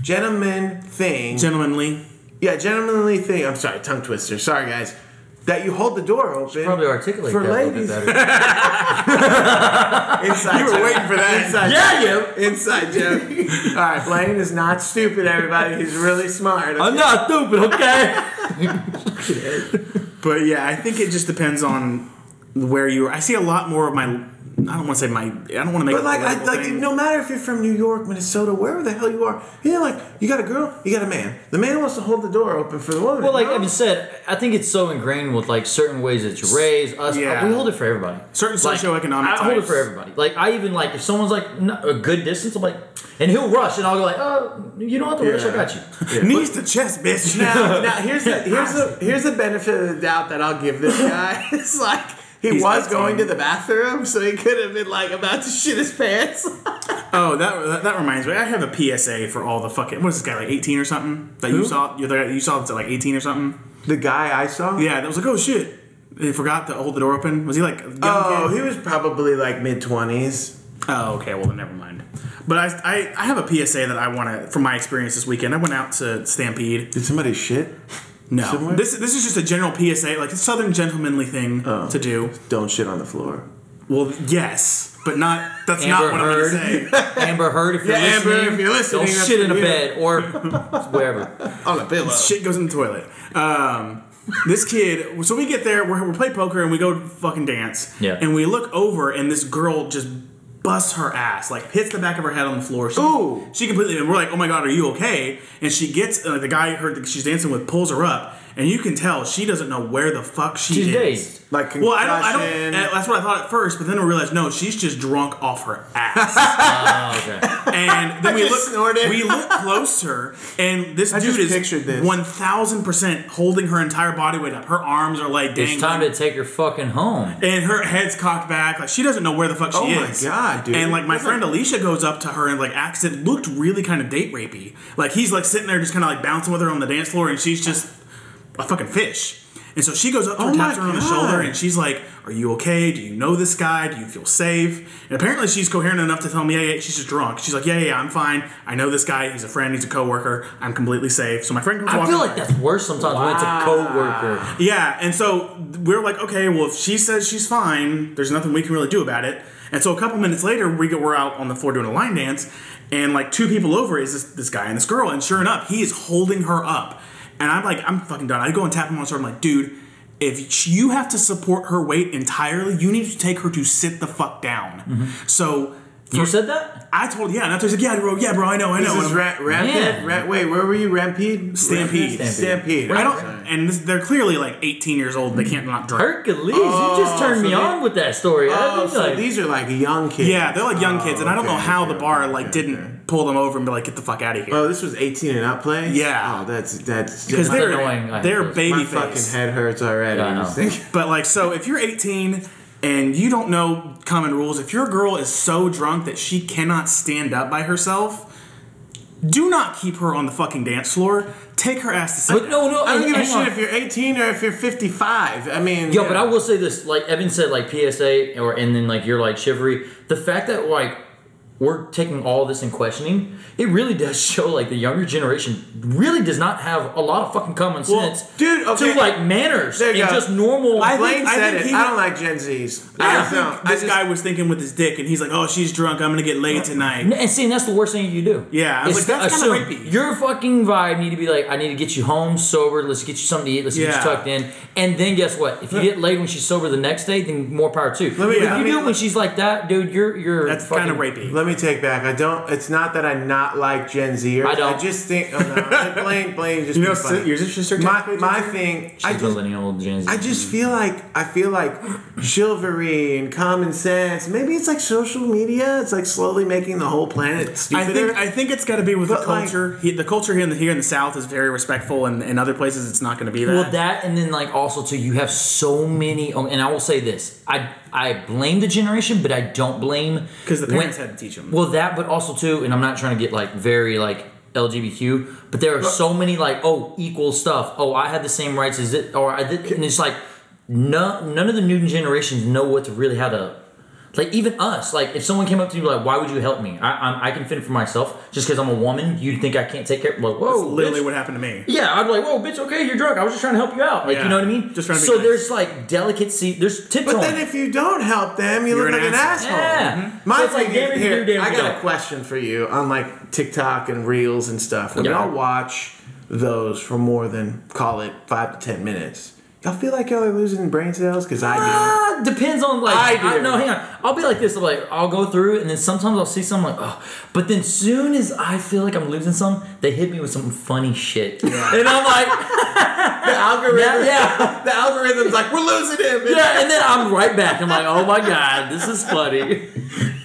Speaker 2: gentleman thing.
Speaker 1: Gentlemanly.
Speaker 2: yeah, gentlemanly thing. I'm sorry, tongue twister. Sorry, guys. That you hold the door open.
Speaker 3: Probably articulate
Speaker 2: for
Speaker 3: that a little bit
Speaker 2: ladies.
Speaker 3: better.
Speaker 2: Inside
Speaker 1: You were
Speaker 2: joke.
Speaker 1: waiting for that.
Speaker 2: Inside
Speaker 3: yeah, you.
Speaker 2: joke. Inside joke. All right, Blaine is not stupid. Everybody, he's really smart.
Speaker 3: I'm not stupid, okay?
Speaker 1: But yeah, I think it just depends on where you are. I see a lot more of my. I don't want to say my. I don't want to make.
Speaker 2: But
Speaker 1: a
Speaker 2: like, I,
Speaker 1: political
Speaker 2: like
Speaker 1: thing.
Speaker 2: no matter if you're from New York, Minnesota, wherever the hell you are, you know, like you got a girl, you got a man. The man wants to hold the door open for the woman.
Speaker 3: Well, like
Speaker 2: no?
Speaker 3: Evan said, I think it's so ingrained with like certain ways that you raise us.
Speaker 1: Yeah.
Speaker 3: We hold it for everybody.
Speaker 1: Certain
Speaker 3: like,
Speaker 1: socioeconomic
Speaker 3: I hold it
Speaker 1: types.
Speaker 3: for everybody. Like I even like if someone's like n- a good distance, I'm like, and he'll rush, and I'll go like, oh, you don't have to rush. I
Speaker 2: Yeah.
Speaker 3: got you.
Speaker 1: knees to chest, bitch.
Speaker 2: now, now here's the here's the here's the benefit of the doubt that I'll give this guy. It's like he
Speaker 1: He's
Speaker 2: was
Speaker 1: 18.
Speaker 2: going to the bathroom, so he could have been like about to shit his pants.
Speaker 1: Oh, that, that that reminds me. I have a PSA for all the fucking. What is this guy like? Eighteen or something? That you saw? You you saw it's like eighteen or something?
Speaker 2: The guy I saw.
Speaker 1: Yeah, that was like oh shit. They forgot to hold the door open. Was he like? a young
Speaker 2: Oh,
Speaker 1: kid?
Speaker 2: he was probably like mid twenties.
Speaker 1: Oh, okay. Well, then never mind. But I, I, I have a PSA that I want to from my experience this weekend. I went out to Stampede.
Speaker 2: Did somebody shit?
Speaker 1: No,
Speaker 2: Somewhere?
Speaker 1: this this is just a general PSA, like a southern gentlemanly thing to do.
Speaker 2: Don't shit on the floor.
Speaker 1: Well, yes, but not. That's
Speaker 3: Amber
Speaker 1: not what I'm
Speaker 3: Heard.
Speaker 1: going to say.
Speaker 3: Amber Heard, if you're
Speaker 2: Yeah, Amber,
Speaker 3: listening,
Speaker 2: if you're listening,
Speaker 3: don't
Speaker 2: that's
Speaker 3: shit in a
Speaker 2: for you.
Speaker 3: bed or wherever.
Speaker 2: On a pillow.
Speaker 1: Shit goes in the toilet. Um, this kid. So we get there. We're, we're play poker and we go fucking dance.
Speaker 3: Yeah.
Speaker 1: And we look over and this girl just busts her ass, like hits the back of her head on the floor. She,
Speaker 2: Ooh.
Speaker 1: She completely. And we're like, oh my god, are you okay? And she gets uh, the guy her that she's dancing with pulls her up, and you can tell she doesn't know where the fuck she
Speaker 3: She's
Speaker 1: is.
Speaker 3: dazed.
Speaker 2: Like concussion.
Speaker 1: Well, I don't, I don't. uh, That's what I thought at first, but then I realized no, she's just drunk off her ass.
Speaker 3: Oh, okay.
Speaker 1: and then
Speaker 2: I
Speaker 1: we
Speaker 2: just
Speaker 1: look,
Speaker 2: snorted.
Speaker 1: we look closer, and this
Speaker 2: I
Speaker 1: dude
Speaker 2: just
Speaker 1: is
Speaker 2: pictured this.
Speaker 1: one thousand percent holding her entire body weight up. Her arms are like dangling,
Speaker 3: It's time to take her fucking home.
Speaker 1: and her head's cocked back. Like she doesn't know where the fuck she
Speaker 2: Oh my
Speaker 1: is.
Speaker 2: God, dude.
Speaker 1: And like my
Speaker 2: That's
Speaker 1: friend
Speaker 2: like-
Speaker 1: Alicia goes up to her and like acts. It looked really kind of date rapey. Like he's like sitting there just kind of like bouncing with her on the dance floor, and she's just a fucking fish. And so she goes up to her,
Speaker 2: Oh my
Speaker 1: taps her on the
Speaker 2: God.
Speaker 1: shoulder, and she's like, "Are you okay? Do you know this guy? Do you feel safe?" And apparently, she's coherent enough to tell me, "Yeah, yeah." She's just drunk. She's like, "Yeah, yeah, yeah, I'm fine. I know this guy. He's a friend. He's a coworker. I'm completely safe." So my friend comes
Speaker 3: I
Speaker 1: walking.
Speaker 3: feel like that's worse sometimes when it's a coworker.
Speaker 1: Yeah, and so we're like, okay, well, if she says she's fine, there's nothing we can really do about it. And so a couple minutes later, we go, we're out on the floor doing a line dance, and like two people over is this, this guy and this girl, and sure enough, he is holding her up, and I'm like, I'm fucking done. I go and tap him on the shoulder. I'm like, dude, if sh- you have to support her weight entirely, you need to take her to sit the fuck down. So
Speaker 3: You said that?
Speaker 1: I told, yeah, and I told, he's like, yeah, bro, yeah, bro, I know, I know.
Speaker 2: This
Speaker 1: And I'm-
Speaker 2: is ra- rampant.
Speaker 3: Yeah.
Speaker 2: Ra- wait, where were you? Rampede.
Speaker 1: Stampede.
Speaker 2: Stampede. Stampede.
Speaker 1: I don't, and this, they're clearly like 18 years old. They can't not drink.
Speaker 3: Hercules, you just turned
Speaker 2: Oh, so
Speaker 3: me
Speaker 2: they-
Speaker 3: on with that story. I
Speaker 2: Oh,
Speaker 3: was
Speaker 2: so
Speaker 3: like,
Speaker 2: these are like young kids.
Speaker 1: Yeah, they're like young
Speaker 2: Oh,
Speaker 1: kids, and I don't
Speaker 2: okay,
Speaker 1: know how
Speaker 2: okay,
Speaker 1: the bar
Speaker 2: okay,
Speaker 1: like
Speaker 2: okay,
Speaker 1: didn't
Speaker 2: okay.
Speaker 1: pull them over and be like, "Get the fuck out of here,"
Speaker 2: Oh, this was 18 and up playing?
Speaker 1: Yeah.
Speaker 2: Oh, that's that's
Speaker 1: because
Speaker 2: just
Speaker 1: they're
Speaker 3: annoying. I hate
Speaker 1: they're
Speaker 3: those.
Speaker 1: baby
Speaker 2: my fucking
Speaker 1: face.
Speaker 2: head hurts already.
Speaker 3: I know.
Speaker 2: Just think-
Speaker 1: But like, so if you're 18 and you don't know common rules, if your girl is so drunk that she cannot stand up by herself, do not keep her on the fucking dance floor. Take her ass to sit.
Speaker 3: but no, no,
Speaker 2: I don't
Speaker 3: and-
Speaker 2: give a
Speaker 3: hang on.
Speaker 2: shit if you're 18 or if you're 55. I mean,
Speaker 3: Yo,
Speaker 2: you
Speaker 3: but I
Speaker 2: know.
Speaker 3: will say this: like Evan said, like PSA, or and then like you're like chivalry. The fact that like we're taking all this and questioning, it really does show like the younger generation really does not have a lot of fucking common sense,
Speaker 2: dude, okay.
Speaker 3: to like manners
Speaker 2: There
Speaker 3: and
Speaker 2: you go.
Speaker 3: just normal.
Speaker 1: I think-
Speaker 2: Blaine said
Speaker 1: think
Speaker 2: it.
Speaker 1: he-
Speaker 2: I don't like Gen Z's.
Speaker 1: I
Speaker 2: I
Speaker 1: don't
Speaker 2: just don't.
Speaker 1: think
Speaker 2: I
Speaker 1: this
Speaker 2: just-
Speaker 1: guy was thinking with his dick, and he's like, "Oh, she's drunk. I'm gonna get laid tonight."
Speaker 3: and see, and that's the worst thing you do.
Speaker 1: Yeah, I was
Speaker 3: It's
Speaker 1: like, that's
Speaker 3: to
Speaker 1: kinda
Speaker 3: assume
Speaker 1: rapey.
Speaker 3: Your fucking vibe need to be like, I need to get you home sober. Let's get you something to eat. Let's get
Speaker 1: Yeah.
Speaker 3: you tucked in. And then guess what? If you get laid when she's sober the next day, then more power too. But
Speaker 2: me-
Speaker 3: if
Speaker 2: let
Speaker 3: you
Speaker 2: me-
Speaker 3: do it when she's like that, dude, you're you're
Speaker 1: That's
Speaker 3: fucking
Speaker 1: kind of rapey.
Speaker 2: Let me take back. I don't. It's not that I not like Gen Z.
Speaker 3: I don't.
Speaker 2: I just think. Oh, no. Blaine, Blaine, just be funny.
Speaker 1: sister.
Speaker 2: my my thing. I
Speaker 3: She's
Speaker 2: just
Speaker 3: millennial Gen Z.
Speaker 2: I just feel like I feel like chivalry and common sense. Maybe it's like social media. It's like slowly making the whole planet
Speaker 1: I
Speaker 2: stupider.
Speaker 1: think I think it's got to be with the
Speaker 2: But, like-
Speaker 1: culture. he, the culture here in the here in the South is very respectful, and in other places it's not going to be that.
Speaker 3: well that, and then like also too, you have so many. Um, and I will say this: I I blame the generation, but I don't blame
Speaker 1: because the parents
Speaker 3: when-
Speaker 1: had to teach them.
Speaker 3: Well, that, but also too, and I'm not trying to get like very like LGBTQ, but there are so many like oh equal stuff. Oh, I had the same rights as it, or I did, and it's like no, none of the new generations know what to really how to Like even us, like if someone came up to you like, "Why would you help me? I I'm, I can fend for myself just because I'm a woman." You'd think I can't take care. Like, whoa,
Speaker 1: That's literally
Speaker 3: bitch.
Speaker 1: what happened to me.
Speaker 3: Yeah, I'd be like, "Whoa, bitch, okay, you're drunk. I was just trying to help you out." Like,
Speaker 1: Yeah.
Speaker 3: you know what I mean?
Speaker 1: Just trying to be
Speaker 3: So
Speaker 1: nice.
Speaker 3: there's like delicacy. There's
Speaker 2: But
Speaker 3: tiptoeing.
Speaker 2: then if you don't help them, you
Speaker 1: You're
Speaker 2: look
Speaker 1: an
Speaker 2: like
Speaker 1: asshole.
Speaker 2: an asshole.
Speaker 3: Yeah. Mhm. So
Speaker 2: My
Speaker 3: it's like
Speaker 2: thing
Speaker 3: damn
Speaker 2: is,
Speaker 3: if you
Speaker 2: here,
Speaker 3: do, damn if
Speaker 2: I
Speaker 3: you
Speaker 2: got
Speaker 3: don't.
Speaker 2: a question for you on like TikTok and Reels and stuff. When
Speaker 3: Yeah.
Speaker 2: y'all watch those for more than call it five to ten minutes, y'all feel like y'all are losing brain cells because I
Speaker 3: Ah, depends on like
Speaker 2: I do.
Speaker 3: no, hang on. I'll be like this. Like I'll go through, and then sometimes I'll see some like, oh. But then soon as I feel like I'm losing some, they hit me with some funny shit, and I'm like,
Speaker 2: do. The algorithm,
Speaker 3: yeah,
Speaker 2: the algorithm's like we're losing him.
Speaker 3: yeah. And then I'm right back. I'm like, oh my god, this is funny.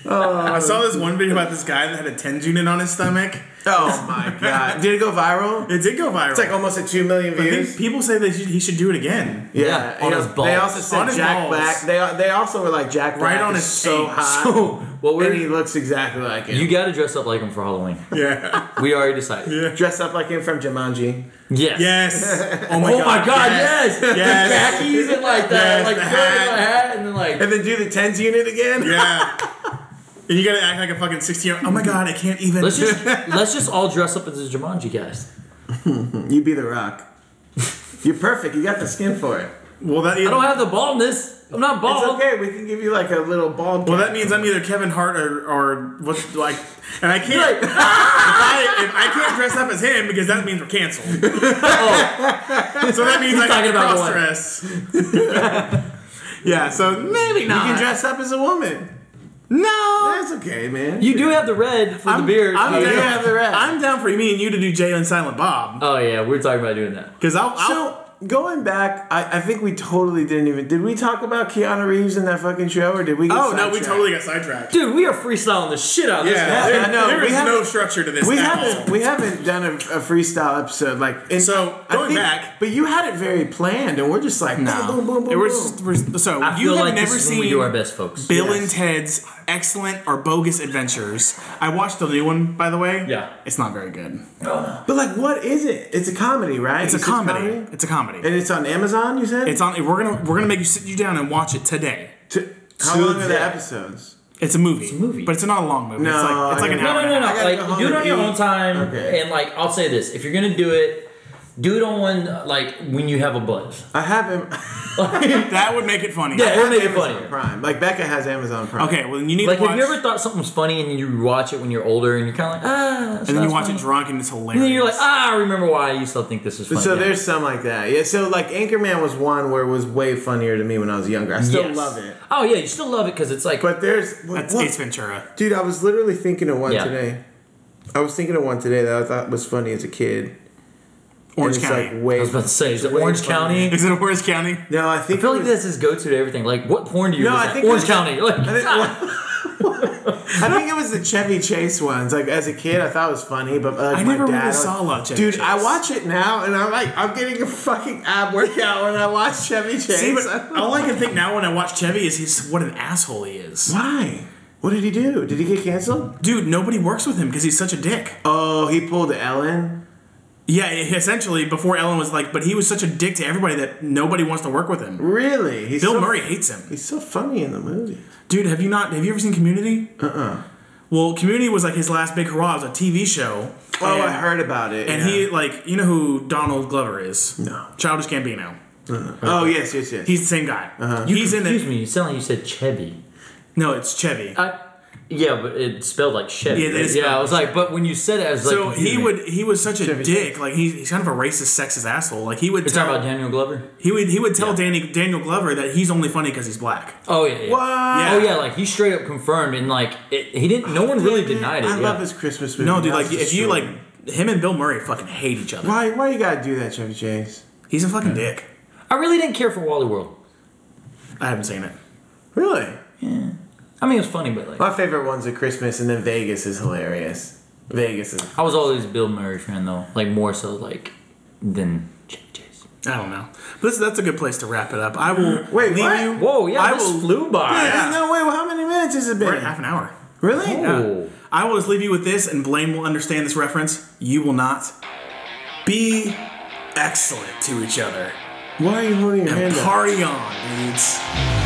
Speaker 1: I
Speaker 3: Oh.
Speaker 1: saw this one video about this guy that had a tens unit on his stomach.
Speaker 2: Oh my god! Did it go viral?
Speaker 1: It did go viral.
Speaker 2: It's like almost at two million
Speaker 1: I
Speaker 3: oh,
Speaker 2: views.
Speaker 1: think people say that he should, he should do it again.
Speaker 3: Yeah, on
Speaker 2: you
Speaker 3: his
Speaker 2: know,
Speaker 3: balls.
Speaker 2: They also said
Speaker 1: On his
Speaker 2: Jack
Speaker 1: balls.
Speaker 2: Black. They they also were like Jack Black.
Speaker 1: Right on
Speaker 2: is
Speaker 1: his
Speaker 2: so
Speaker 1: taint.
Speaker 2: hot.
Speaker 3: So what
Speaker 2: and he
Speaker 3: we're
Speaker 2: looks exactly like him.
Speaker 3: you got to dress up like him for Halloween.
Speaker 1: Yeah.
Speaker 3: We already decided.
Speaker 2: dress up like him from Jumanji.
Speaker 3: Yes.
Speaker 1: yes. Oh my
Speaker 3: Oh
Speaker 1: god.
Speaker 3: my god, yes!
Speaker 1: Yes.
Speaker 3: The khakis and like that,
Speaker 1: Yes,
Speaker 3: like
Speaker 1: the
Speaker 3: the
Speaker 1: hat.
Speaker 3: hat, and then like
Speaker 2: And then do the tens unit again.
Speaker 1: Yeah. And you gotta act like a fucking 16 year old. Oh my god, I can't even.
Speaker 3: Let's just let's just all dress up as a Jumanji guys.
Speaker 2: You be the rock. You're perfect. You got the skin for it.
Speaker 1: well, that,
Speaker 3: I don't have the baldness. I'm not
Speaker 2: It's
Speaker 3: bald.
Speaker 2: okay. We can give you like a little bald.
Speaker 1: Oh. well,
Speaker 2: cap.
Speaker 1: that means I'm either Kevin Hart or, or what's like. And I can't.
Speaker 3: You're
Speaker 1: if,
Speaker 3: like,
Speaker 1: I, if I can't dress up as him because that means we're canceled.
Speaker 3: oh,
Speaker 1: So that means I can
Speaker 3: talking about
Speaker 1: cross
Speaker 3: what?
Speaker 1: dress. yeah, so maybe
Speaker 2: you
Speaker 1: not.
Speaker 2: can dress up as a woman.
Speaker 1: no.
Speaker 2: That's okay, man.
Speaker 3: you do have the red for the beard.
Speaker 1: I'm,
Speaker 3: Oh,
Speaker 1: down,
Speaker 2: you
Speaker 3: yeah.
Speaker 2: have the rest.
Speaker 1: I'm down for me and you to do Jay and Silent Bob.
Speaker 3: Oh yeah, we're talking about doing that.
Speaker 1: Because I'll. I'll
Speaker 2: so going back, I, I think we totally didn't even. Did we talk about Keanu Reeves in that fucking show, or did we? Get
Speaker 1: oh, no, we
Speaker 2: sidetracked?
Speaker 1: totally got sidetracked.
Speaker 3: Dude, we are freestyling the shit out of this.
Speaker 1: Yeah,
Speaker 3: Yeah.
Speaker 1: there-
Speaker 2: I know,
Speaker 1: there
Speaker 2: we
Speaker 1: is no
Speaker 2: haven't-
Speaker 1: structure to this.
Speaker 2: We
Speaker 1: at
Speaker 2: haven't
Speaker 1: all.
Speaker 2: we haven't done a, a freestyle episode like in,
Speaker 1: So,
Speaker 2: I
Speaker 1: going back-
Speaker 2: but you had it very planned, and we're just like
Speaker 1: No.
Speaker 2: boom, boom, boom, boom,
Speaker 1: It was
Speaker 2: boom.
Speaker 1: just- we're- so
Speaker 3: I
Speaker 1: you
Speaker 3: feel
Speaker 1: have
Speaker 3: like
Speaker 1: never
Speaker 3: this is
Speaker 1: seen
Speaker 3: when we do our best, folks.
Speaker 1: Bill
Speaker 2: Yes.
Speaker 1: and Ted's Excellent or Bogus Adventures. I watched the new one, by the way.
Speaker 3: Yeah.
Speaker 1: It's not very good.
Speaker 2: But like, what is it? It's a comedy, right?
Speaker 1: It's a
Speaker 2: You said
Speaker 1: comedy. It's a comedy.
Speaker 2: and it's on Amazon. You said
Speaker 1: it's on we're gonna we're gonna make you sit you down and watch it today.
Speaker 2: T- how long are
Speaker 1: Tuesday.
Speaker 2: the episodes?
Speaker 1: It's a movie. It's
Speaker 3: a movie.
Speaker 1: But it's not a long movie. it's like it's
Speaker 2: I
Speaker 1: like an
Speaker 2: don't-
Speaker 1: hour.
Speaker 3: No,
Speaker 1: and a
Speaker 3: no, no,
Speaker 1: half.
Speaker 2: I gotta
Speaker 3: no.
Speaker 2: go
Speaker 3: Like,
Speaker 2: home
Speaker 3: do it
Speaker 2: and
Speaker 3: on your
Speaker 2: eat.
Speaker 3: own time.
Speaker 2: Okay.
Speaker 3: And like, I'll say this: if you're gonna do it, do it on one like when you have a buzz.
Speaker 2: I have him.
Speaker 1: That would make it funny.
Speaker 3: Yeah, it'll make it
Speaker 2: Amazon
Speaker 3: funnier.
Speaker 2: Prime. Like Becca has Amazon Prime.
Speaker 1: Okay, well then you need
Speaker 3: Like,
Speaker 1: to watch
Speaker 3: have you ever thought something was funny and you watch it when you're older and you're kind of like, ah,
Speaker 1: and then you watch it drunk and it's hilarious.
Speaker 3: And then you're like, ah, I remember why I used to think this was funny.
Speaker 2: So
Speaker 3: Yeah.
Speaker 2: there's some like that. Yeah. So like Anchorman was one where it was way funnier to me when I was younger. I still
Speaker 3: Yes.
Speaker 2: love it.
Speaker 3: Oh yeah, you still love it because it's like
Speaker 2: But there's
Speaker 1: That's Ace Ventura.
Speaker 2: Dude, I was literally thinking of one
Speaker 3: Yeah.
Speaker 2: today. I was thinking of one today that I thought was funny as a kid.
Speaker 1: Orange
Speaker 2: And it's,
Speaker 1: County.
Speaker 2: Like way
Speaker 3: I was about to say, is it
Speaker 2: way
Speaker 3: Orange
Speaker 2: funnier.
Speaker 3: County?
Speaker 1: Is it Orange County?
Speaker 2: No, I think
Speaker 3: I feel
Speaker 2: it
Speaker 3: like
Speaker 2: was-
Speaker 3: this is go to to everything. Like, what porn do you?
Speaker 2: No,
Speaker 3: look
Speaker 2: I
Speaker 3: at?
Speaker 2: think
Speaker 3: Orange
Speaker 2: it was-
Speaker 3: County. Like,
Speaker 2: I think, I think it was the Chevy Chase ones. Like as a kid, I thought it was funny, but like,
Speaker 1: I
Speaker 2: my
Speaker 1: never
Speaker 2: dad,
Speaker 1: really
Speaker 2: like-
Speaker 1: saw a lot of Chevy
Speaker 2: Dude, I
Speaker 1: Chase.
Speaker 2: watch it now, and I'm like, I'm getting a fucking ab workout when I watch Chevy Chase.
Speaker 1: See, but all I can think now when I watch Chevy is he's what an asshole he is.
Speaker 2: why? What did he do? Did he get canceled?
Speaker 1: Dude, nobody works with him because he's such a dick.
Speaker 2: Oh, he pulled Ellen.
Speaker 1: Yeah, essentially before Ellen was like, but he was such a dick to everybody that nobody wants to work with him.
Speaker 2: Really? He's
Speaker 1: Bill
Speaker 2: so-
Speaker 1: Murray hates him.
Speaker 2: He's so funny in the movie.
Speaker 1: Dude, have you not? Have you ever seen Community? Uh uh Well, Community was like his last big hurrah. It was a TV show.
Speaker 2: Oh,
Speaker 1: and,
Speaker 2: I heard about it.
Speaker 1: And
Speaker 2: yeah.
Speaker 1: he like you know who Donald Glover is?
Speaker 2: No.
Speaker 1: Childish Gambino.
Speaker 2: Oh yes, yes, yes.
Speaker 1: He's the same guy. He's in
Speaker 3: excuse
Speaker 1: it.
Speaker 3: me, you sound like you said Chevy.
Speaker 1: No, it's Chevy.
Speaker 3: I, yeah, but it's spelled like Chevy.
Speaker 1: Yeah, it is
Speaker 3: yeah. I
Speaker 1: spelled
Speaker 3: was like, but when you said it, I was like,
Speaker 1: so
Speaker 3: confused
Speaker 1: he
Speaker 3: me.
Speaker 1: would he was such a
Speaker 2: Chevy
Speaker 1: dick. Like he's, he's kind of a racist, sexist asshole. Like he would
Speaker 3: You're talking
Speaker 1: tell
Speaker 3: about Daniel Glover.
Speaker 1: he would he would tell Danny, Daniel Glover that he's only funny because he's black.
Speaker 3: Oh yeah. yeah.
Speaker 2: What?
Speaker 3: Oh yeah, like he straight up confirmed and like it, he didn't. No one really denied it.
Speaker 2: I
Speaker 3: yeah.
Speaker 2: love his Christmas movie.
Speaker 1: No, dude,
Speaker 2: That
Speaker 1: like
Speaker 2: was
Speaker 1: if you like
Speaker 2: destroying.
Speaker 1: him and Bill Murray fucking hate each other.
Speaker 2: why why you gotta do that, E. Chevy Chase?
Speaker 1: He's a fucking dick.
Speaker 3: I really didn't care for Wally World.
Speaker 1: I haven't seen it.
Speaker 2: Really?
Speaker 3: I mean, it was funny, but like
Speaker 2: My favorite one's at Christmas, and then Vegas is hilarious. Vegas is.
Speaker 3: I was always a Bill Murray fan though. Like more so like than Chevy Chase.
Speaker 1: I don't know. But this, that's a good place to wrap it up. I will
Speaker 2: Mm. Wait,
Speaker 1: leave
Speaker 2: what?
Speaker 1: you.
Speaker 3: Whoa, yeah,
Speaker 1: I
Speaker 3: this
Speaker 1: will.
Speaker 3: flew by.
Speaker 1: Yeah.
Speaker 2: Hey, No way. Well, how many minutes has it
Speaker 1: We're at
Speaker 2: been?
Speaker 1: half an hour.
Speaker 2: Really?
Speaker 3: Oh.
Speaker 1: I will just leave you with this, and Blaine will understand this reference. You will not. Be excellent to each other
Speaker 2: Why are you holding your
Speaker 1: and
Speaker 2: hand up?
Speaker 1: party on, dudes.